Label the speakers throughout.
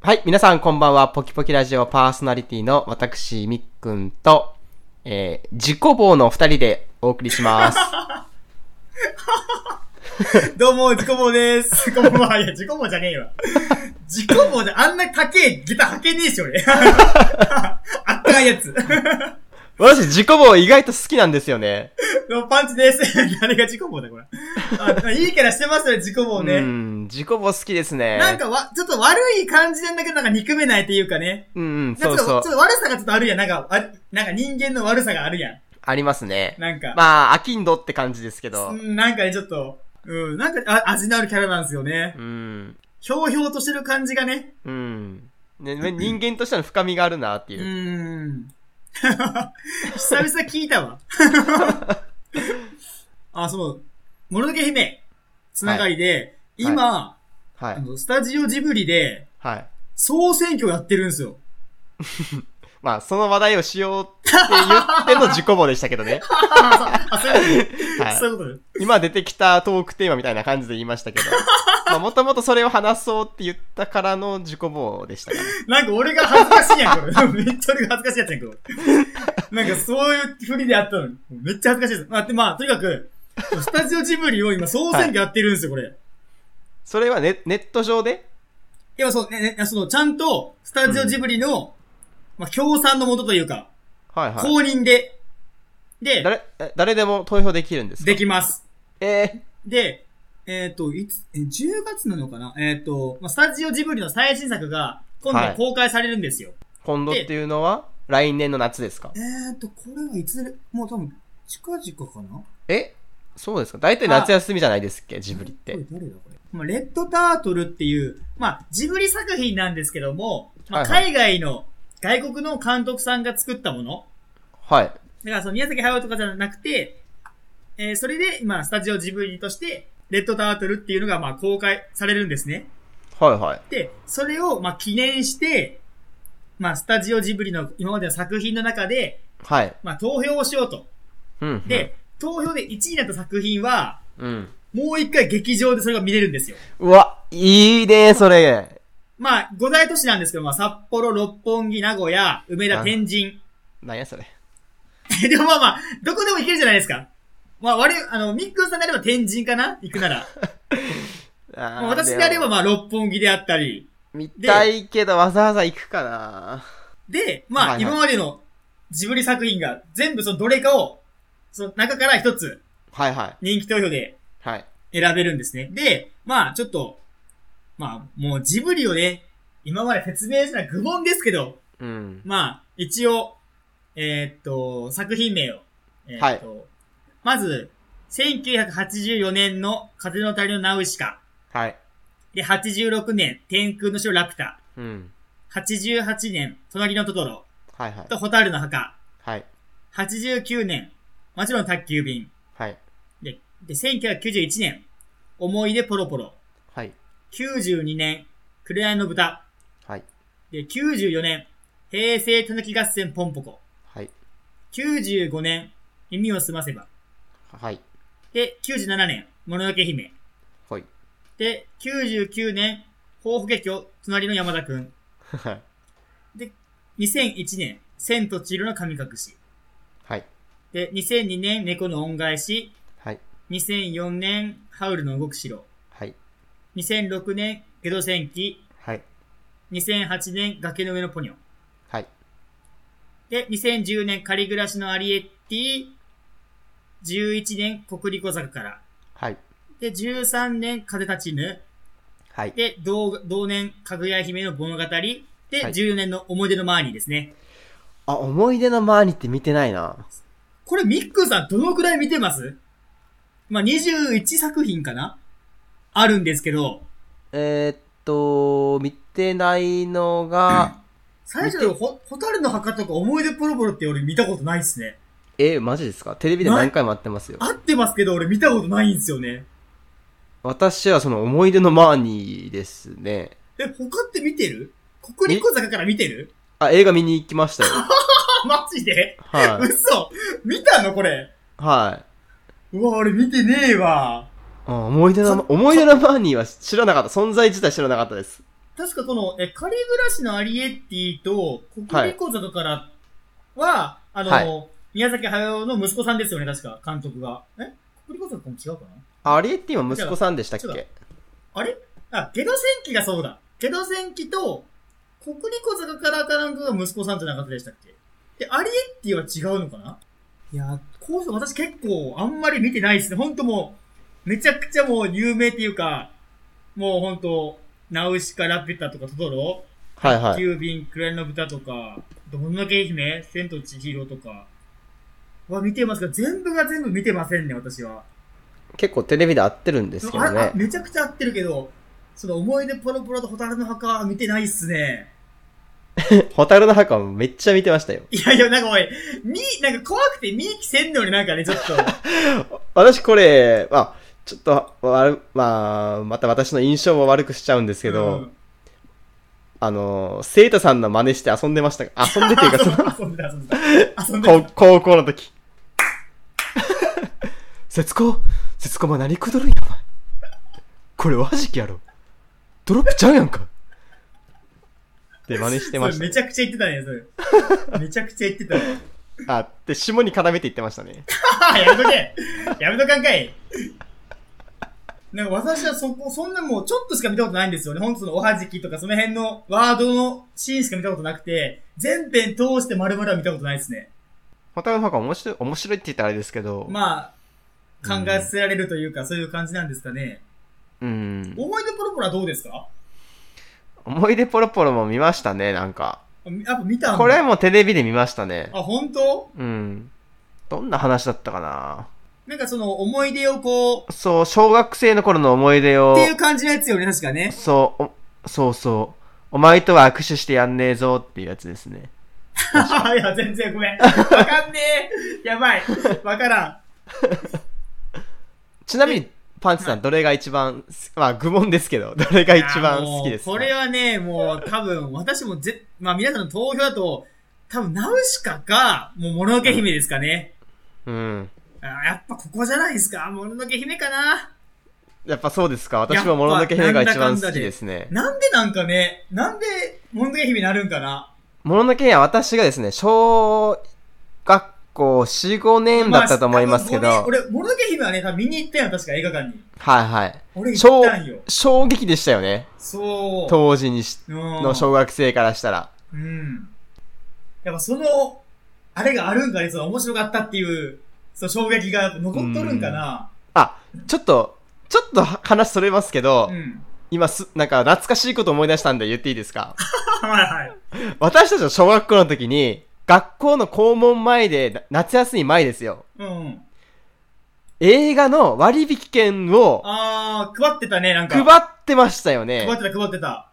Speaker 1: はい、皆さんこんばんは。ポキポキラジオパーソナリティの私、みっくんと、えー、自己棒のお二人でお送りし ます。
Speaker 2: どうも、自己棒です。自己棒、いや、自己棒じゃね えわ。自己棒であんな高えギター履けねえし、 俺。あったかい やつ。
Speaker 1: 私、自己棒意外と好きなんですよね。
Speaker 2: のパンチです。誰が自己棒だ、これ。あいいキャラしてますよ、自己棒
Speaker 1: う
Speaker 2: ね。
Speaker 1: ん、自己棒好きですね。
Speaker 2: なん、かわ、ちょっと悪い感じなんだけど、なんか憎めないっていうかね。
Speaker 1: うんうん、
Speaker 2: な
Speaker 1: そ
Speaker 2: ん
Speaker 1: う
Speaker 2: かちょ
Speaker 1: そ
Speaker 2: っと
Speaker 1: う
Speaker 2: ちょ。っと悪さがちょっとあるやん。なんか、あなんか人間の悪さがあるやん。
Speaker 1: ありますね。
Speaker 2: なんか、
Speaker 1: まあ、飽きんどって感じですけど
Speaker 2: う。んなんかね、ちょっと、うん、なんかあ味のあるキャラなんですよね
Speaker 1: う。ん、
Speaker 2: ひょうひょうとしてる感じがね。
Speaker 1: うん。ね、人間としての深みがあるなって
Speaker 2: う
Speaker 1: いう。
Speaker 2: ーん。 久々聞いたわ。 あ、そう。もののけ姫、つながりで、
Speaker 1: はい
Speaker 2: 今、
Speaker 1: は
Speaker 2: あ
Speaker 1: い。
Speaker 2: の、スタジオジブリで、
Speaker 1: はい。
Speaker 2: 総選挙やってるんですよ。
Speaker 1: まあ、その話題をしようって言っての自己棒でしたけどね。
Speaker 2: あ、そういうこ と、
Speaker 1: はい
Speaker 2: そういうこと
Speaker 1: 今出てきたトークテーマみたいな感じで言いましたけ ど。まあ、もともとそれを話そうって言ったからの自己棒でしたから。
Speaker 2: なんか俺が恥ずかしいやん、これ。め っちゃ俺が恥ずかしいやつやん、こ れ。なんかそういうふりであったのに。めっちゃ恥ずかしいです。まあ、でまあ、とにかく、スタジオジブリを今総選挙やってるんですよ、これ。
Speaker 1: それはネネット上で
Speaker 2: いや、そう、ね、ね、その、ちゃんと、スタジオジブリの、まあ、協賛のもとというか、
Speaker 1: はい
Speaker 2: 公
Speaker 1: はい。
Speaker 2: 認で、で、
Speaker 1: 誰、え誰でも投票できるんですか
Speaker 2: できます。
Speaker 1: え
Speaker 2: で、えっ、と、いつ、え10月なのかなえっ、と、まあ、スタジオジブリの最新作が、今
Speaker 1: はい
Speaker 2: 度公開されるんですよ。
Speaker 1: ー、今度っていうのは来年の夏ですか
Speaker 2: えっ、と、これはいつ、もう多分、近々かな
Speaker 1: えそうですか大体夏休みじゃないですっけジブリっ
Speaker 2: こ
Speaker 1: て
Speaker 2: れ。誰だこれ。まあ、レッドタートルっていう、まあ、ジブリ作品なんですけども、まあ、
Speaker 1: はい
Speaker 2: 海外の、外国の監督さんが作ったもの
Speaker 1: はい。
Speaker 2: だからその宮崎駿とかじゃなくて、えーそれで今、スタジオジブリとして、レッドタートルっていうのがまあ公開されるんですね。
Speaker 1: はいはい。
Speaker 2: で、それをまあ記念して、まあスタジオジブリの今までの作品の中で、
Speaker 1: はい。
Speaker 2: まあ投票をしようと。
Speaker 1: うん、うん。
Speaker 2: で、投票で1位になった作品は、
Speaker 1: うん。
Speaker 2: もう一回劇場でそれが見れるんですよ。
Speaker 1: うわ、いいね、それ。
Speaker 2: まあ、五大都市なんですけど、まあ、札幌、六本木、名古屋、梅田、天神。
Speaker 1: なんやそれ。
Speaker 2: でもまあまあ、どこでも行けるじゃないですか。まあ、我々、あの、みっくんさんであれば天神かな行くなら。
Speaker 1: あー
Speaker 2: まあ私であれば、
Speaker 1: も
Speaker 2: まあ、六本木であったり。
Speaker 1: 見たいけどわざわざ行くかな。
Speaker 2: で、ま
Speaker 1: は
Speaker 2: あ、
Speaker 1: いはい
Speaker 2: 今までのジブリ作品が全部そのどれかを、その中から一つ
Speaker 1: はいはい。
Speaker 2: 人気投票で
Speaker 1: はい。
Speaker 2: 選べるんですね。で、まあ、ちょっと、まあ、もうジブリをね、今まで説明した愚問ですけど、
Speaker 1: うん。
Speaker 2: まあ、一応、えーっと、作品名を。えーっと、まず、1984年の風の谷のナウシカ。
Speaker 1: はい。
Speaker 2: で、86年、天空の城ラピュタ。
Speaker 1: うん。
Speaker 2: 88年、隣のトトロ。
Speaker 1: はいはい。
Speaker 2: と、ホタルの墓。
Speaker 1: はい。
Speaker 2: 89年、もちろん宅急便。
Speaker 1: はい。
Speaker 2: で、で、1991年、思い出ポロポロ。
Speaker 1: はい。
Speaker 2: 92年、紅の豚。
Speaker 1: はい。
Speaker 2: で、94年、平成たぬき合戦ポンポコ。
Speaker 1: はい。
Speaker 2: 95年、耳をすませば。
Speaker 1: はい。
Speaker 2: で、97年、もののけ姫。
Speaker 1: はい。
Speaker 2: で、99年、抱負結局、隣の山田くん。2001年、千と千尋の神隠し。
Speaker 1: はい。
Speaker 2: で、2002年、猫の恩返し。
Speaker 1: はい。
Speaker 2: 2004年、ハウルの動く城。
Speaker 1: はい。
Speaker 2: 2006年、ゲド戦記。
Speaker 1: はい。
Speaker 2: 2008年、崖の上のポニョ。
Speaker 1: はい。
Speaker 2: で、2010年、仮暮らしのアリエッティ。11年、国立小坂から。
Speaker 1: はい。
Speaker 2: で、13年、風立ちぬ。
Speaker 1: はい。
Speaker 2: で、同、同年、かぐや姫の物語。で、
Speaker 1: はい
Speaker 2: 14年の思い出のマーニーですね。
Speaker 1: あ、思い出のマーニって見てないな。
Speaker 2: これ、ミックさんどのくらい見てますまあ、21作品かなあるんですけど、
Speaker 1: えー、っと、見てないのが、
Speaker 2: 最初のホホタルの墓とか思い出ポロポロって俺見たことないっすね。
Speaker 1: え、マジですかテレビで何回もやってますよ。
Speaker 2: 合ってますけど俺見たことないんですよね。
Speaker 1: 私はその思い出のマーニーですね。
Speaker 2: え、他って見てる国立小坂から見てる
Speaker 1: あ、映画見に行きましたよ。
Speaker 2: あ、マジで
Speaker 1: はい。
Speaker 2: 嘘見たのこれ。
Speaker 1: はい。
Speaker 2: うわ、俺見てねえわ。
Speaker 1: あ思い出の、
Speaker 2: そ
Speaker 1: 思い出のマーニーは知らなかった。存在自体知らなかったです。
Speaker 2: 確かこの、え、仮暮らしのアリエッティと、国立小坂からは、あの、
Speaker 1: は
Speaker 2: 宮崎駿の息子さんですよね、確か、監督が。え国立小坂も違うか
Speaker 1: あれって今息子さんでしたっ
Speaker 2: 違
Speaker 1: け
Speaker 2: なあ、ゲド戦記がそうだ。ゲド戦記と、国立小坂からかなんかが息子さんじゃなかったでしたっけで、アリエッティは違うのかないや、こう私結構あんまり見てないですね。ほんともう、めちゃくちゃもう有名っていうか、もうほんと、ナウシカ、ラピュタとかトトロ
Speaker 1: はいはい。
Speaker 2: 急便、クライの豚とか、どんだけ姫、千と千尋とか、は見てますが、全部が全部見てませんね、私は。
Speaker 1: 結構テレビで合ってるんですけど
Speaker 2: ああ
Speaker 1: ね。
Speaker 2: めちゃくちゃ合ってるけど、その思い出ポロポロと蛍の墓は見てないっすね。
Speaker 1: ホタルの墓もめっちゃ見てましたよ。
Speaker 2: いやいや、なんかおい、み、なんか怖くて見きせんのになんかね、ちょっと。
Speaker 1: 私これ、まあ、ちょっと、わまあ、また私の印象を悪くしちゃうんです けど、
Speaker 2: うん
Speaker 1: あの、生徒さんの真似して遊んでました。遊んでっていうか、その、
Speaker 2: 遊んでた、遊んでた。遊んでた。
Speaker 1: 高高校の時。節子、節子も何くどるんや、お前。これおはじきやろ。ドロップちゃうやんか。って真似してま
Speaker 2: そ
Speaker 1: し
Speaker 2: れめちゃくちゃ言ってたね、それ。 めちゃくちゃ言ってたね。
Speaker 1: た。あ、って、下に絡めて言ってましたね。
Speaker 2: ははやめとけやめとかんかいなんか私はそこ、そんなもうちょっとしか見たことないんですよね。ほんとそのおはじきとかその辺のワードのシーンしか見たことなくて、全編通して丸々は見たことないですね。
Speaker 1: ホタルの墓面白い、面白いって言ったらあれですけど、
Speaker 2: まあ、考えさせられるというか、そういう感じなんですかね。
Speaker 1: うん。
Speaker 2: 思い出ポロポロはどうですか
Speaker 1: 思い出ポロポロも見ましたね、なんか。
Speaker 2: あみやっぱ見たんだ
Speaker 1: これもテレビで見ましたね。
Speaker 2: あ、本当
Speaker 1: うん。どんな話だったかな
Speaker 2: なんかその思い出をこう、っ
Speaker 1: そう、小学生の頃の思い出を
Speaker 2: て、いう感じのやつよね、確かね。
Speaker 1: そう、おそうそう。お前とは握手してやんねえぞっていうやつですね。
Speaker 2: いや、全然ごめん。わかんねえ。やばい。わからん。
Speaker 1: ちなみに、パンチさん、どれが一番好き、まあ、愚問ですけど、 どれが一番好きですか
Speaker 2: いやもうこれはね、もう多分、私もぜ、まあ皆さんの投票だと、多分、ナウシカか、もう、もののけ姫ですかね。
Speaker 1: うん。
Speaker 2: あやっぱここじゃないですかもののけ姫かな
Speaker 1: やっぱそうですか私ももののけ姫が一番好きですね。
Speaker 2: なんでなんかね、なんで、もののけ姫になるんかな
Speaker 1: もののけ姫は私がですね、小学校4、5年だったと思いますけど、
Speaker 2: あ多分俺、もののけ姫はね、多分見に行ったよ、確か映画館に。
Speaker 1: はいはい。
Speaker 2: 俺行
Speaker 1: 衝
Speaker 2: ったんよ。
Speaker 1: 衝撃でしたよね。
Speaker 2: そう。
Speaker 1: 当時にし
Speaker 2: の
Speaker 1: の小学生からしたら。
Speaker 2: うん。やっぱその、あれがあるんかね、その面白かったっていう、その衝撃がやっぱ残っとるんかな。
Speaker 1: あ、ちょっと、ちょっとは話それますけど、
Speaker 2: うん。
Speaker 1: 今す、なんか懐かしいこと思い出したんで言っていいですか
Speaker 2: はいはい。
Speaker 1: 私たちの小学校の時に、学校の校門前で、な夏休み前ですよ。
Speaker 2: うん。
Speaker 1: 映画の割引券を
Speaker 2: あー、配ってたね、なんか。
Speaker 1: 配ってましたよね
Speaker 2: 配。ってた、配ってた。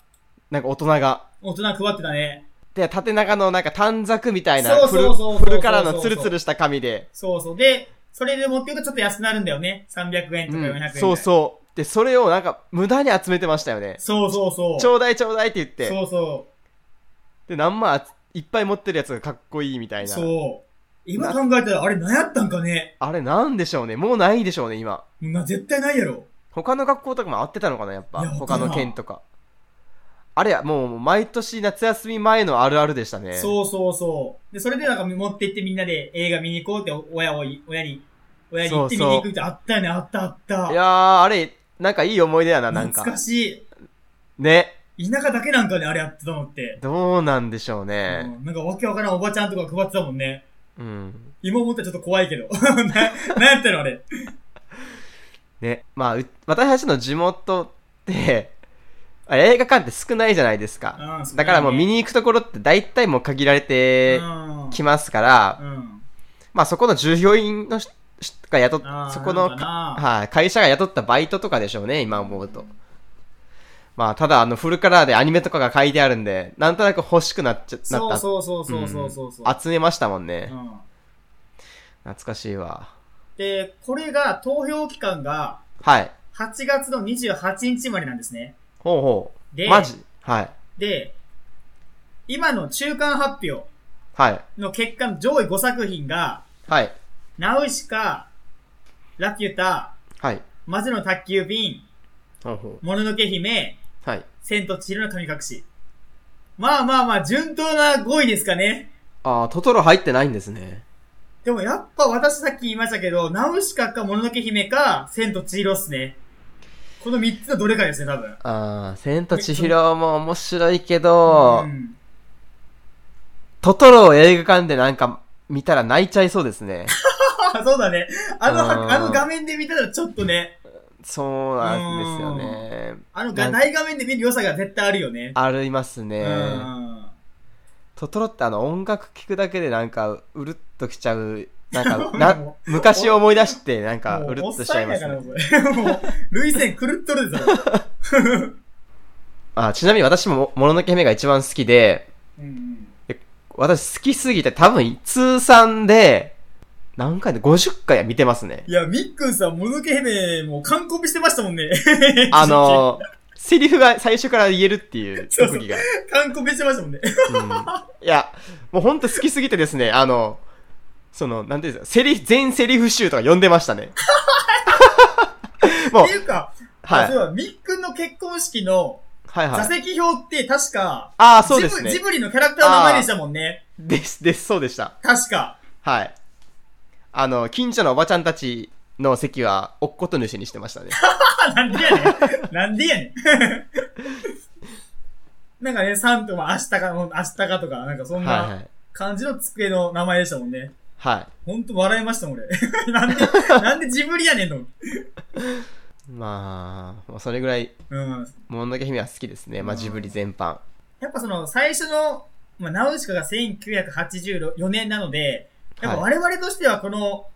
Speaker 1: なんか大人が。
Speaker 2: 大人配ってたね。
Speaker 1: で、縦長のなんか短冊みたいな、
Speaker 2: そう
Speaker 1: フ
Speaker 2: そう
Speaker 1: ル
Speaker 2: そうそう
Speaker 1: フルカラーのツルツルした紙で。
Speaker 2: そうそう。で、それで持っていくとちょっと安くなるんだよね。300円と
Speaker 1: う
Speaker 2: か400円ぐら
Speaker 1: ん
Speaker 2: い、
Speaker 1: そう
Speaker 2: う。
Speaker 1: そう。で、それをなんか無駄に集めてましたよね。
Speaker 2: そうそうそう。
Speaker 1: ちょうだいちょうだいって言って。
Speaker 2: そうそ。
Speaker 1: で、何万あついっぱい持ってるやつがかっこいいみたいうな。
Speaker 2: そう。今考えたら、あれ何やったんかね。
Speaker 1: あれなんでしょうね。もうないでしょうね、今。
Speaker 2: な、絶対ないやろ。
Speaker 1: 他の学校とかも合ってたのかな、やっぱ。
Speaker 2: いや
Speaker 1: 他の県とか。あれや、もう、毎年夏休み前のあるあるでしたね。う。
Speaker 2: そうそうそう。で、それでなんか持って行ってみんなで映画見に行こうって、お親をい、親に、親に行って見に行くってあったよね、あったあった。
Speaker 1: いやー、あれ、なんかいい思い出やな、なんか。
Speaker 2: 懐かし
Speaker 1: ね。
Speaker 2: い。田舎だけなんかで、あれやってたのって。
Speaker 1: どうなんでしょうね。
Speaker 2: うんなんかわけわからんおばちゃんとか配ってたもんね。
Speaker 1: うん。
Speaker 2: 今思ったらちょっと怖いけど。 な、なんやったのあれ。
Speaker 1: ね。まあ、う私たちの地元って、 あ映画館って少ないじゃないですか。
Speaker 2: うん
Speaker 1: だからもう見、に行くところって大体もう限られて
Speaker 2: うん。
Speaker 1: きますから、
Speaker 2: うん。
Speaker 1: まあそこの従業員の人が雇っ
Speaker 2: あー
Speaker 1: そこの
Speaker 2: な
Speaker 1: か
Speaker 2: んかな
Speaker 1: はい、会社が雇ったバイトとかでしょうね、今思うと。まあただあのフルカラーでアニメとかが書いてあるんで、なんとなく欲しくなっちゃ、なっ
Speaker 2: そう
Speaker 1: た。
Speaker 2: そうそうそうそうそうそう。
Speaker 1: うん集めましたもんね。
Speaker 2: うん
Speaker 1: 懐かしいわ。
Speaker 2: で、これが投票期間が
Speaker 1: はい。
Speaker 2: 8月の28日までなんですね。
Speaker 1: ほうほ
Speaker 2: で
Speaker 1: う。マジはい。
Speaker 2: で、今の中間発表
Speaker 1: はい。
Speaker 2: の結果の上位5作品が、
Speaker 1: はい。
Speaker 2: ナウシカ、ラピュタ、
Speaker 1: はい。
Speaker 2: 魔女の宅急便、
Speaker 1: ほうほ
Speaker 2: もののけ姫、
Speaker 1: はい。
Speaker 2: 千と千尋の神隠し。まあまあまあ、順当な5位ですかね。
Speaker 1: ああ、トトロ入ってないんですね。
Speaker 2: でもやっぱ私さっき言いましたけど、ナウシカかもののけ姫か、千と千尋っすね。この3つのどれかですね、多分。
Speaker 1: ああ、千と千尋も面白いけど、
Speaker 2: うん
Speaker 1: トトロを映画館でなんか見たら泣いちゃいそうですね。
Speaker 2: あそうだね。あの、
Speaker 1: あー
Speaker 2: あの画面で見たらちょっとね、
Speaker 1: そうなんですよね。
Speaker 2: あの
Speaker 1: な
Speaker 2: が
Speaker 1: んか
Speaker 2: 大画面で見る良さが絶対あるよね。
Speaker 1: ありますね。
Speaker 2: うん。
Speaker 1: トトロってあの音楽聴くだけでなんかうるっときちゃう。なんか、
Speaker 2: も
Speaker 1: な
Speaker 2: う、
Speaker 1: 昔を思い出してなんか
Speaker 2: も
Speaker 1: うるっとしちゃいます、
Speaker 2: おっ
Speaker 1: ね。
Speaker 2: さんやから、これ。もう、涙腺狂っとるぞ。
Speaker 1: あ、ちなみに私もももののけ姫が一番好きで、
Speaker 2: うん
Speaker 1: 私好きすぎて多分通算で、何回で50回は見てますね。
Speaker 2: いや、みっくんさん、もののけ姫、もう完コピしてましたもんね。
Speaker 1: あの、セリフが最初から言えるっていう特技が。
Speaker 2: 完コピしてましたもんね。
Speaker 1: うんいや、もうほんと好きすぎてですね、あの、その、なんていうんですか、セリフ、全セリフ集とか読んでました ね。も
Speaker 2: っ
Speaker 1: う
Speaker 2: て、いうか、
Speaker 1: はい
Speaker 2: そう。いえばみっくんの結婚式の
Speaker 1: はいは
Speaker 2: 座
Speaker 1: い。
Speaker 2: 席表って確か、
Speaker 1: ああ、そうです
Speaker 2: ジブ
Speaker 1: ね
Speaker 2: ジ。ブリのキャラクターの名前でしたもんね。
Speaker 1: です、です、そうでした。
Speaker 2: 確か。
Speaker 1: はい。あの、近所のおばちゃんたちの席は、おっこと主にしてましたね。
Speaker 2: あなんでやね ん。なん でやねん。なんかね、サンとも明日か、明日かとか、なんかそん
Speaker 1: はいは。
Speaker 2: ない感じの机の名前でしたもんね。
Speaker 1: はい。
Speaker 2: ほんと笑いましたもん、俺。 なんで、なんでジブリやねんの。
Speaker 1: まあ、まあそれぐらい、
Speaker 2: うん。
Speaker 1: もののけ姫は好きですね。まあ、ジブリ全般。
Speaker 2: やっぱその、最初の、まあ、ナウシカが1984年なので、やっぱ
Speaker 1: はい。
Speaker 2: 我々としてはこの、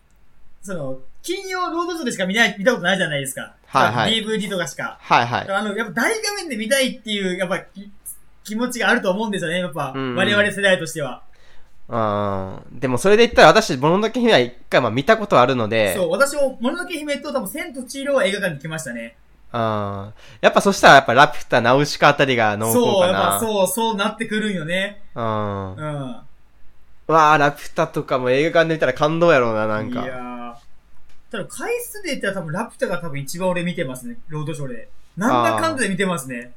Speaker 2: その、金曜ロードショーでしか見ない、見たことないじゃないですか。
Speaker 1: はいはい
Speaker 2: まあ DVD とかしか。
Speaker 1: はいはい。
Speaker 2: あの、やっぱ大画面で見たいっていう、やっぱき気持ちがあると思うんですよね、やっぱ。
Speaker 1: うんうん
Speaker 2: 我々世代としては。
Speaker 1: うん。でも、それで言ったら、私、もののけ姫は一回、まあ、見たことあるので、
Speaker 2: そう、私も、もののけ姫と多分、千と千尋は映画館に来ましたね。
Speaker 1: あーやっぱそしたらやっぱラピュタ、ナウシカあたりが濃厚
Speaker 2: そう、
Speaker 1: か
Speaker 2: やっ
Speaker 1: な。
Speaker 2: ぱ
Speaker 1: う、
Speaker 2: そう、そうなってくるんよね。
Speaker 1: ん。
Speaker 2: うん。な
Speaker 1: わあラピュタとかも映画館で見たら感動やろうな、なん
Speaker 2: いや
Speaker 1: か。
Speaker 2: ーただ、回数で言ったら多分、ラピュタが多分一番俺見てますね、ロードショーで。なんだかんだで見てますね。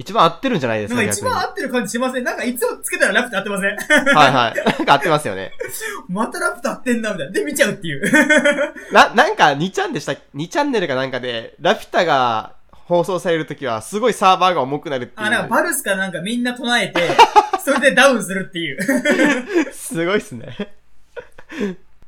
Speaker 1: 一番合ってるんじゃないです
Speaker 2: なん
Speaker 1: か、逆
Speaker 2: か一
Speaker 1: に。
Speaker 2: 番
Speaker 1: は
Speaker 2: 合ってる感じしませんなんかいつもつけたらラピュタ合ってません
Speaker 1: いはい。 なんか合ってますよね。
Speaker 2: またラピュタ合ってんな、みたいな。で、見ちゃうっ ていう。
Speaker 1: な、なんか2チャンでした、2チャンネルかなんかで、ラピュタが放送されるときは、すごいサーバーが重くなるっていう。
Speaker 2: あ、なんかバルスかなんかみんな唱 えて、それでダウンするっていう。
Speaker 1: すごいっすね。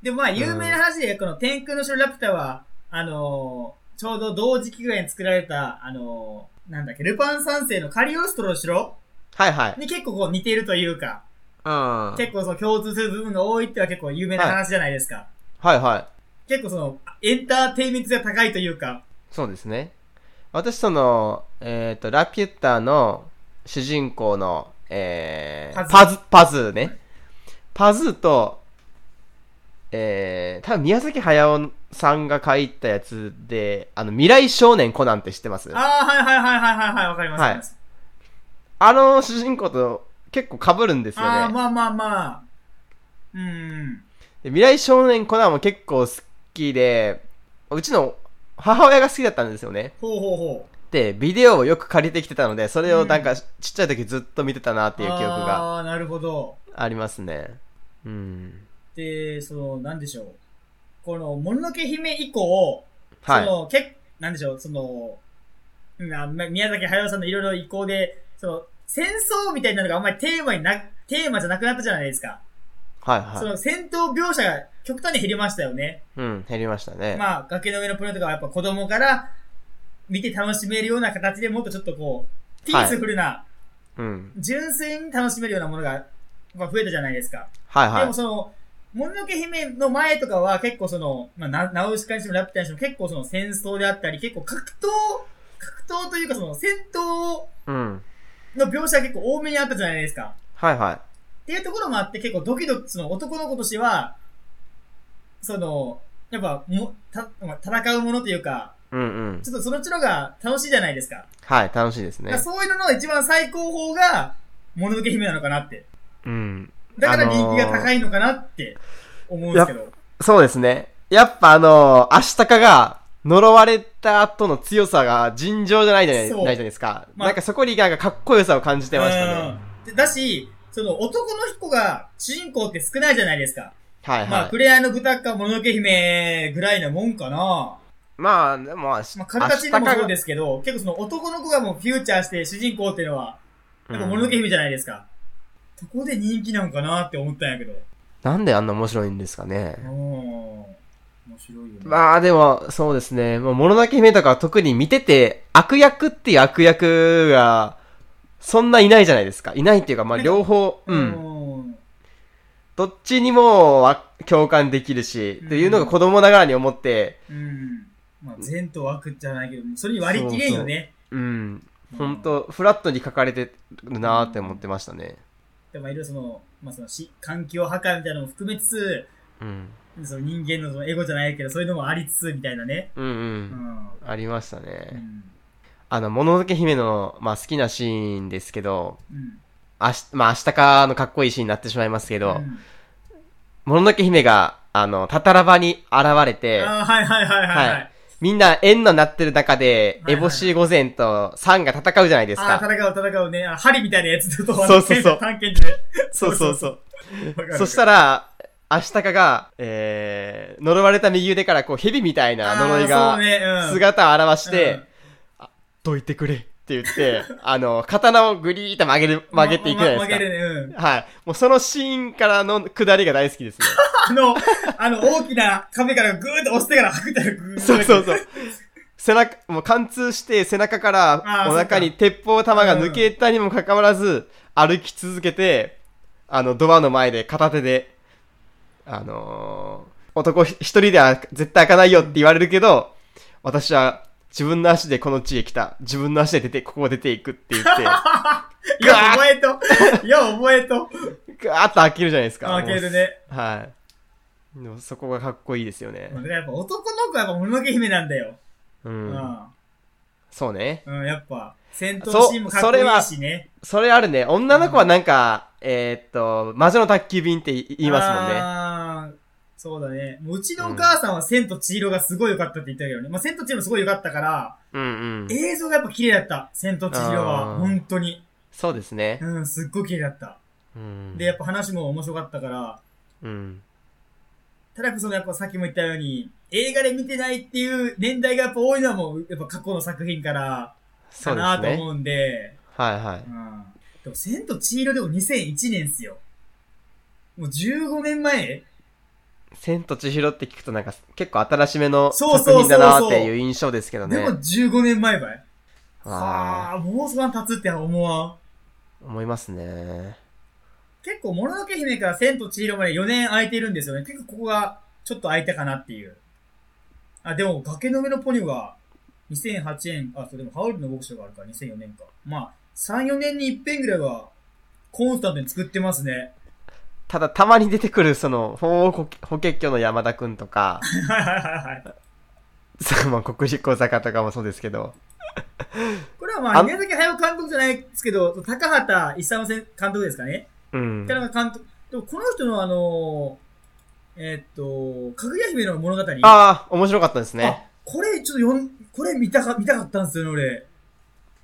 Speaker 2: で、まあ、有名な話で、この天空の城ラピュタは、あのーちょうど同時期ぐらいに作られた、あのーなんだっけ、ルパン三世のカリオストロの城
Speaker 1: はいはい。
Speaker 2: に結構こう似ているというか、
Speaker 1: うん。は
Speaker 2: 結構その共通する部分が多いってのは結構有名な話じゃないですか。
Speaker 1: いはい。
Speaker 2: 結構その、エンターテイメント性が高いというか、
Speaker 1: そうですね。私その、えっ、と、ラピュタの主人公の、えー、
Speaker 2: パ
Speaker 1: パズ、パズーね。パズーと、えー、多分宮崎駿さんが書いたやつで、あの、未来少年コナンって知ってますあ
Speaker 2: ああ、はいはいはいはいはいはい、わかります。
Speaker 1: はい
Speaker 2: わかります
Speaker 1: の主人公と結構被るんですよ
Speaker 2: ああ、
Speaker 1: ね。
Speaker 2: まあまあまあ。うん。
Speaker 1: で未来少年コナンも結構好きで、うちの母親が好きだったんですよね。
Speaker 2: ほうほうほう。っ
Speaker 1: で、ビデオをよく借りてきてたので、それをなんかちっちゃい時ずっと見てたなっていう記憶が。
Speaker 2: ああ、なるほど。
Speaker 1: ありますね。うん。
Speaker 2: で、その、なんでしょう。この、もののけ姫以降、
Speaker 1: はい
Speaker 2: そ。の、けなんでしょう、その、なま宮崎駿さんのいろいろ意向で、その、戦争みたいなのがあんまりテーマにな、テーマじゃなくなったじゃないですか。
Speaker 1: はい
Speaker 2: そ
Speaker 1: はい。
Speaker 2: の戦闘描写が極端に減りましたよね。
Speaker 1: うん、減りましたね。
Speaker 2: まあ、崖の上のプロとかはやっぱ子供から見て楽しめるような形でもっとちょっとこう、ピースフルな、
Speaker 1: うん。
Speaker 2: 純粋に楽しめるようなものが、まあ、増えたじゃないですか。
Speaker 1: はいは
Speaker 2: で
Speaker 1: い
Speaker 2: も。その、もののけ姫の前とかは結構その、まあ、な、ナウシカにしてもラピュタにしても結構その戦争であったり、結構格闘、格闘というかその戦闘
Speaker 1: うん。
Speaker 2: の描写が結構多めにあったじゃないですか。
Speaker 1: はいはい。
Speaker 2: っていうところもあって結構ドキドキ、その男の子としては、その、やっぱも、た、まあ、戦うものというか、
Speaker 1: うんうん。
Speaker 2: ちょっとそのうちのが楽しいじゃないですか。
Speaker 1: はい、楽しいです
Speaker 2: だか
Speaker 1: ね
Speaker 2: ら。そういうのの一番最高峰が、もののけ姫なのかなって。
Speaker 1: うん。
Speaker 2: だから人気が高いのかなって思うんですけど。
Speaker 1: そうですね。やっぱあのー、アシタカが、呪われた後の強さが尋常じゃないじゃない
Speaker 2: そう
Speaker 1: ないじゃないですか。
Speaker 2: まあ
Speaker 1: なんかそこになんかかっこよさを感じてましたね。
Speaker 2: うんでだし、その男の人が主人公って少ないじゃないですか。
Speaker 1: はいはい。
Speaker 2: まあ、クレアの豚かもののけ姫ぐらいのもんかな。
Speaker 1: まあ、でも、あし
Speaker 2: まあ、カルタチでも
Speaker 1: 明日か
Speaker 2: そうですけど、結構その男の子がもうフューチャーして主人公っていうのは、やっぱもののけ姫じゃないですか。そこで人気なんかなって思ったんやけど。
Speaker 1: なんであんな面白いんですかね
Speaker 2: うん。。面白いよね。
Speaker 1: まあでも、そうですね。もう、もののけ姫とかは特に見てて、悪役っていう悪役が、そんないないじゃないですか。いないっていうか、まあ
Speaker 2: ね
Speaker 1: 両方、
Speaker 2: う
Speaker 1: うん。
Speaker 2: ん。
Speaker 1: どっちにもわ共感できるし、
Speaker 2: うん
Speaker 1: っていうのが子供ながらに思って、
Speaker 2: うん。まあ、善と悪じゃないけど、それに割り切れんよね。
Speaker 1: うん。
Speaker 2: うん
Speaker 1: ほんと、フラットに書かれてるなーって思ってましたね。
Speaker 2: でも、いろいろその、まあ、そのし、環境破壊みたいなのも含めつつ、
Speaker 1: うん。
Speaker 2: その人間のそのエゴじゃないけど、そういうのもありつつ、みたいなね。
Speaker 1: うんう。
Speaker 2: うんん。
Speaker 1: ありました
Speaker 2: う
Speaker 1: ね。
Speaker 2: ん。
Speaker 1: あの、もののけ姫の、まあ好きなシーンですけど、
Speaker 2: うん。
Speaker 1: あし、まあ明日かのかっこいいシーンになってしまいますけど、
Speaker 2: うん
Speaker 1: もののけ姫が、あの、たたらばに現れて、
Speaker 2: ああ、はいはいはいはい。は
Speaker 1: はいい、みんな円のなってる中で、
Speaker 2: はいはい
Speaker 1: エボシー御前とサンが戦うじゃないです
Speaker 2: ああ
Speaker 1: か。
Speaker 2: ー、戦う戦うね。あ針みたいなやつと、
Speaker 1: そうそうそう
Speaker 2: 探検で。
Speaker 1: そうそうそう。
Speaker 2: わかるわかる
Speaker 1: そしたら、アシタカが、えー、呪われた右腕からこう、蛇みたいな呪い
Speaker 2: あーそう
Speaker 1: が、
Speaker 2: ね、うん、
Speaker 1: 姿を現して、
Speaker 2: うん
Speaker 1: どいてくれって言って、 あの、刀をぐりーっと曲げる、曲げていくじゃない
Speaker 2: まま曲げ
Speaker 1: です
Speaker 2: るね、うん。
Speaker 1: か。はい。もうそのシーンからの下りが大好きですね。
Speaker 2: あの、あの、大きな壁からグーッと押してから吐くたらグーッと。
Speaker 1: そうそう
Speaker 2: う。
Speaker 1: そう。背中、もう貫通して背中から
Speaker 2: あー
Speaker 1: お腹に鉄砲玉が抜けたにもかかわらず、歩き続けて、あの、ドアの前で片手で、あのー男ひ一人では絶対開かないよって言われるけど、私は自分の足でこの地へ来た。自分の足で出て、ここを出ていくって言 って、
Speaker 2: よ、覚えと。 よ、覚えと。
Speaker 1: ガーッと開けるじゃないですか。
Speaker 2: 開けるね。
Speaker 1: もう。はい。でもそこがかっこいいですよね
Speaker 2: ま。あやっぱ男の子はやっぱもののけ姫なんだよ。
Speaker 1: う。
Speaker 2: うんん。
Speaker 1: そうね。
Speaker 2: うん、やっぱ、戦闘シーンもかっこいいしね。
Speaker 1: それあるね。女の子はなんか、えーっと、魔女の宅急便ってい言いますもんね。
Speaker 2: ね。そうだね。もううちのお母さんは千と千尋がすごい良かったって言ったけどね。まあ、千と千尋もすごい良かったから、
Speaker 1: うんうん。
Speaker 2: 映像がやっぱ綺麗だった。千と千尋は。
Speaker 1: あー
Speaker 2: 本当に。
Speaker 1: そうですね。
Speaker 2: うん、すっごい綺麗だった。
Speaker 1: うん
Speaker 2: で、やっぱ話も面白かったから、
Speaker 1: うん。
Speaker 2: ただやっぱそのやっぱさっきも言ったように、映画で見てないっていう年代がやっぱ多いのはもう、やっぱ過去の作品から、
Speaker 1: そ
Speaker 2: か
Speaker 1: うで
Speaker 2: な
Speaker 1: す
Speaker 2: と
Speaker 1: ね。
Speaker 2: 思うんで、
Speaker 1: はいはい。
Speaker 2: うん。でも、千と千尋でも2001年っすよ。もう15年前
Speaker 1: 千と千尋って聞くとなんか結構新しめの
Speaker 2: そう
Speaker 1: 作
Speaker 2: そうそうそ
Speaker 1: 品
Speaker 2: う
Speaker 1: だなっていう印象ですけどね。
Speaker 2: でも15年前ばい。
Speaker 1: あ
Speaker 2: あー、もうそんな経つっては思わん。
Speaker 1: あ、思いますね。
Speaker 2: 結構、もののけ姫から千と千尋まで4年空いてるんですよね。結構ここが、ちょっと空いたかなっていう。あ、でも、崖の上のポニョが、2008年、あ、そう、でも、ハウルの牧師があるから、2004年か。まあ、3、4年に一遍ぐらいは、コンスタントに作ってますね。
Speaker 1: ただたまに出てくるその、法王法華経の山田くんと か、
Speaker 2: はいはいはいはい。
Speaker 1: その国立小坂とかもそうですけど、
Speaker 2: これはまあ、
Speaker 1: あ
Speaker 2: 宮崎駿監督じゃないですけど、高畑勲監督ですかね。
Speaker 1: うん
Speaker 2: 高。畑監督。でも、この人のあのーえーっと、かぐや姫の物語。
Speaker 1: ああ、面白かったですね。
Speaker 2: あこれ、ちょっと読ん、これ見たか、見たかったんですよね、俺。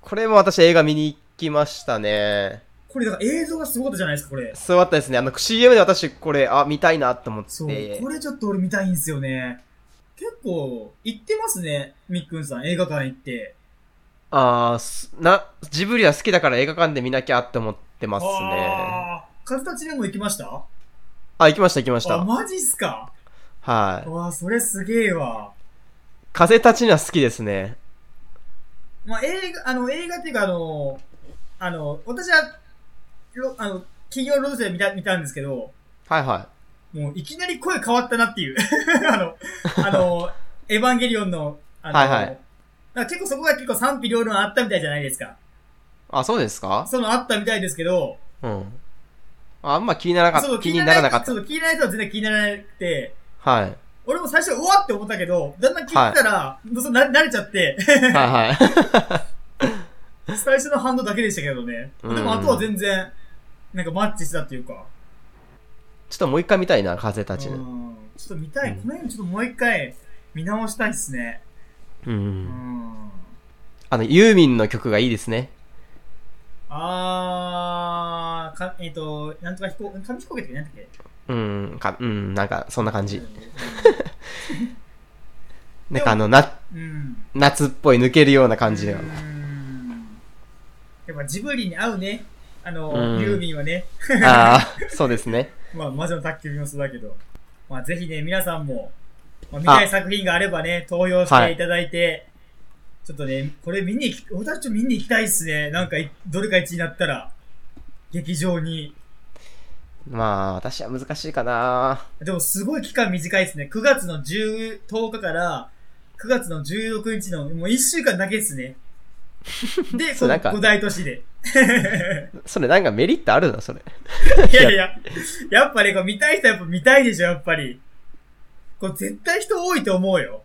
Speaker 1: これも私映画見に行きましたね。
Speaker 2: これだから映像がすごかったじゃないですか、これ。
Speaker 1: そうだったですね。あの、CM で私、これ、あ、見たいなと思っ
Speaker 2: そう、
Speaker 1: て
Speaker 2: こ。れちょっと俺見たいんですよね。結構、行ってますね、みっくんさん、映画館行って。
Speaker 1: あーすな、ジブリは好きだから映画館で見なきゃって思ってますね。
Speaker 2: あー。カズタチでも行きました
Speaker 1: あ、行きました行きまし
Speaker 2: あ、
Speaker 1: た。
Speaker 2: マジっすか
Speaker 1: はい。
Speaker 2: わあ、それすげえわ。
Speaker 1: 風立ちには好きですね。
Speaker 2: まあ、映画、あの、映画っていうか、あの、あの、私は、ろあの、金曜ロードショーで見た、見たんですけど、
Speaker 1: はいは
Speaker 2: もういきなり声変わったなっていう。 あの、あ の、エヴァンゲリオンの、あの、
Speaker 1: はいはい
Speaker 2: なんか結構そこが結構賛否両論あったみたいじゃないですか。
Speaker 1: い。あ、そうですか
Speaker 2: そのあったみたいですけど、
Speaker 1: うん。ああんま気にならなかっ
Speaker 2: そう
Speaker 1: た。気にならなかっ
Speaker 2: そ
Speaker 1: た。
Speaker 2: う、気にならない人は全然気にならなくて、
Speaker 1: はい。
Speaker 2: 俺も最初、うわって思ったけど、だんだん聞いてたら、そうな慣れちゃって、
Speaker 1: はいはい。
Speaker 2: 最初の反応だけでしたけどね。
Speaker 1: うん
Speaker 2: でも、あとは全然、なんかマッチしたっていうか。
Speaker 1: ちょっともう一回見たいな、風
Speaker 2: うん
Speaker 1: 立ち
Speaker 2: ち
Speaker 1: に。
Speaker 2: ょっと見たい。
Speaker 1: うん
Speaker 2: この辺ちょっともう一回見直したいっすね。
Speaker 1: う。
Speaker 2: うんん。
Speaker 1: あの、ユーミンの曲がいいですね。
Speaker 2: あー、か、えっ、と、なんとか飛行、紙飛行機ってなんだっけ
Speaker 1: うん、か、うん、なんか、そんな感じ。
Speaker 2: ん
Speaker 1: なんかあの、な、
Speaker 2: うん。
Speaker 1: 夏っぽい抜けるような感じでは
Speaker 2: う。ん。やっぱジブリに合うね。あの、
Speaker 1: うん
Speaker 2: ユーミンはね。
Speaker 1: ああ、そうですね。
Speaker 2: まあ、魔女の宅急便もそうだけど。まあ、ぜひね、皆さんも、まあ、見たい作品があればね、投票していただいて、ちょっとね、これ見に行き、私ちょっと見に行きたいっすね。なんかい、どれか1位になったら、劇場に。
Speaker 1: まあ、私は難しいかな。
Speaker 2: でも、すごい期間短いっすね。9月の10、10日から、9月の16日の、もう1週間だけっ すね。で、
Speaker 1: そうなんか
Speaker 2: 5大都市で。
Speaker 1: それなんかメリットあるのそれ。
Speaker 2: いやいや、やっぱね、こう見たい人はやっぱ見たいでしょ、やっぱり。こう絶対人多いと思うよ。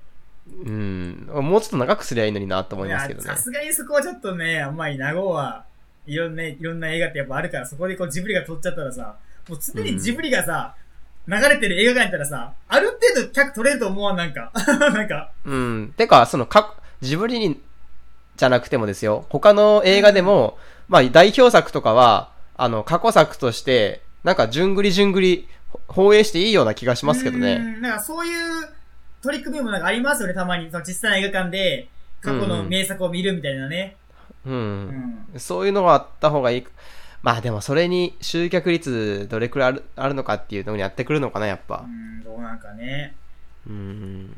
Speaker 1: うん。もうちょっと長くすりゃいいのになと思いますけど
Speaker 2: い
Speaker 1: ね
Speaker 2: やさ。すがにそこはちょっとね、あんまり名護は、いろんな、いろんな映画ってやっぱあるから、そこでこうジブリが撮っちゃったらさ、もう常にジブリがさ、流れてる映画館やったらさ、ある程度客取れると思わん、なんか。 なんか。
Speaker 1: うん。てか、その、か、ジブリに、じゃなくてもですよ。他の映画でも、まあ、代表作とかは、あの、過去作として、なんか、順繰り順繰り、ほ放映していいような気がしますけど
Speaker 2: う
Speaker 1: ね。
Speaker 2: ん。なんかそういう取り組みもなんかありますよね、たまに。その小さな映画館で、過去の名作を見るみたいなね。
Speaker 1: うん。
Speaker 2: うん
Speaker 1: そういうのがあった方がいい。まあ、でも、それに、集客率、どれくらいあるあるのかっていうのにやってくるのかな、やっ
Speaker 2: う
Speaker 1: ぱ。
Speaker 2: ん、どうなんかね。
Speaker 1: うん
Speaker 2: う。ん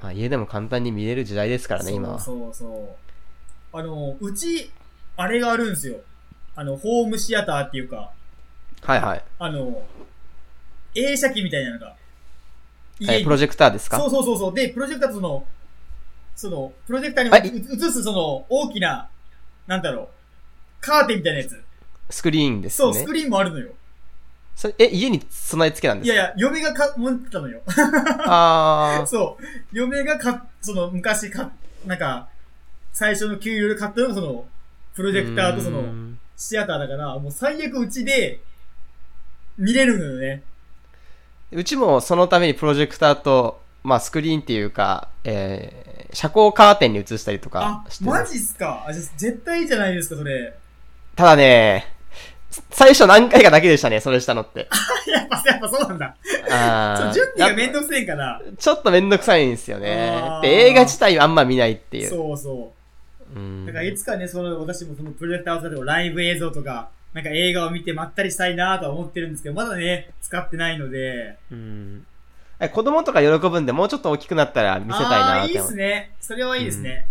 Speaker 1: まあ、家でも簡単に見れる時代ですからね、今は。
Speaker 2: そうそうそう。あの、うち、あれがあるんですよ。あの、ホームシアターっていうか、
Speaker 1: はいはい。
Speaker 2: あの、映写機みたいなのが。
Speaker 1: えープロ
Speaker 2: ジ
Speaker 1: ジェ
Speaker 2: ェク
Speaker 1: クターですか
Speaker 2: そうそうそうそう。で、プロジェクターとその、その、プロジェクター
Speaker 1: は
Speaker 2: に
Speaker 1: い
Speaker 2: 映すその、大きな、なんだろう、カーテンみたいなやつ。
Speaker 1: スクリーンです
Speaker 2: そ
Speaker 1: ね。
Speaker 2: う、スクリーンもあるのよ。
Speaker 1: それえ、家に備え付けなんで
Speaker 2: い
Speaker 1: すか
Speaker 2: やいや、嫁がか、持ってた のよ。
Speaker 1: あ
Speaker 2: そう。嫁がか、その、昔か、なんか、最初の給料で買ったのがその、プロ
Speaker 1: プ
Speaker 2: ジェクターとその、シアターだから、もう最悪うちで、見れるのよね。
Speaker 1: うちもそのためにプロジェクターと、まあ、スクリーンっていうか、えー、遮光カーテンに映したりと
Speaker 2: あ
Speaker 1: かし、てま
Speaker 2: マ
Speaker 1: す
Speaker 2: ジっすかあ、じゃあ絶対いいじゃないですか、それ。
Speaker 1: ただね、最初何回かだけでしたね、それしたの って。
Speaker 2: やっぱ、やっぱそうなんだ。そ
Speaker 1: あ
Speaker 2: う
Speaker 1: ー
Speaker 2: 準備がめん
Speaker 1: やっ
Speaker 2: どくせえから。
Speaker 1: ぱちょっとめんどくさいんですよ
Speaker 2: あ
Speaker 1: ね
Speaker 2: ー。
Speaker 1: で、映画自体あんま見ないっていう。
Speaker 2: そうそうう。
Speaker 1: ん
Speaker 2: だからいつかね、その、私もそのプロジェクターを使ってもライブ映像とか、なんか映画を見てまったりしたいなとは思ってるんですけど、まだね、使ってないので。
Speaker 1: うんえ子供とか喜ぶんで、もうちょっと大きくなったら見せたい
Speaker 2: あ
Speaker 1: な
Speaker 2: あ
Speaker 1: っ
Speaker 2: ー、いい
Speaker 1: て
Speaker 2: っ
Speaker 1: 思
Speaker 2: す
Speaker 1: う。
Speaker 2: ね。それはいいですね。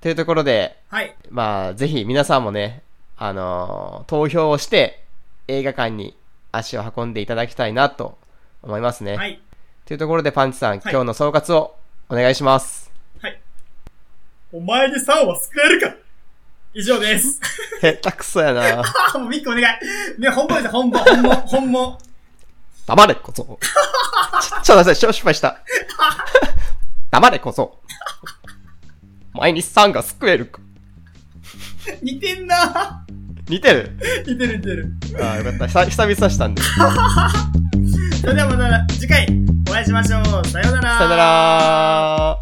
Speaker 1: というところで、
Speaker 2: はい。
Speaker 1: まあ、ぜひ皆さんもね、あのー投票をして映画館に足を運んでいただきたいなと思いますね。
Speaker 2: はい。
Speaker 1: というところでパンチさん、
Speaker 2: はい
Speaker 1: 今日の総括をお願いします。
Speaker 2: お前に3は救えるか以上です。
Speaker 1: 下手くそやな
Speaker 2: あ、もうミックお願い。ね、本物です、本物、本物、本物。
Speaker 1: 黙れこそ。ちょ、ちょっと待って、失敗した。黙れこそ。お前にさんが救えるか。
Speaker 2: 似てんな
Speaker 1: 似てる
Speaker 2: 似てる似てる。
Speaker 1: ああ、よかった。久久々したんで。さ
Speaker 2: それではまた次回お会いしましょう。さようなら。
Speaker 1: よなら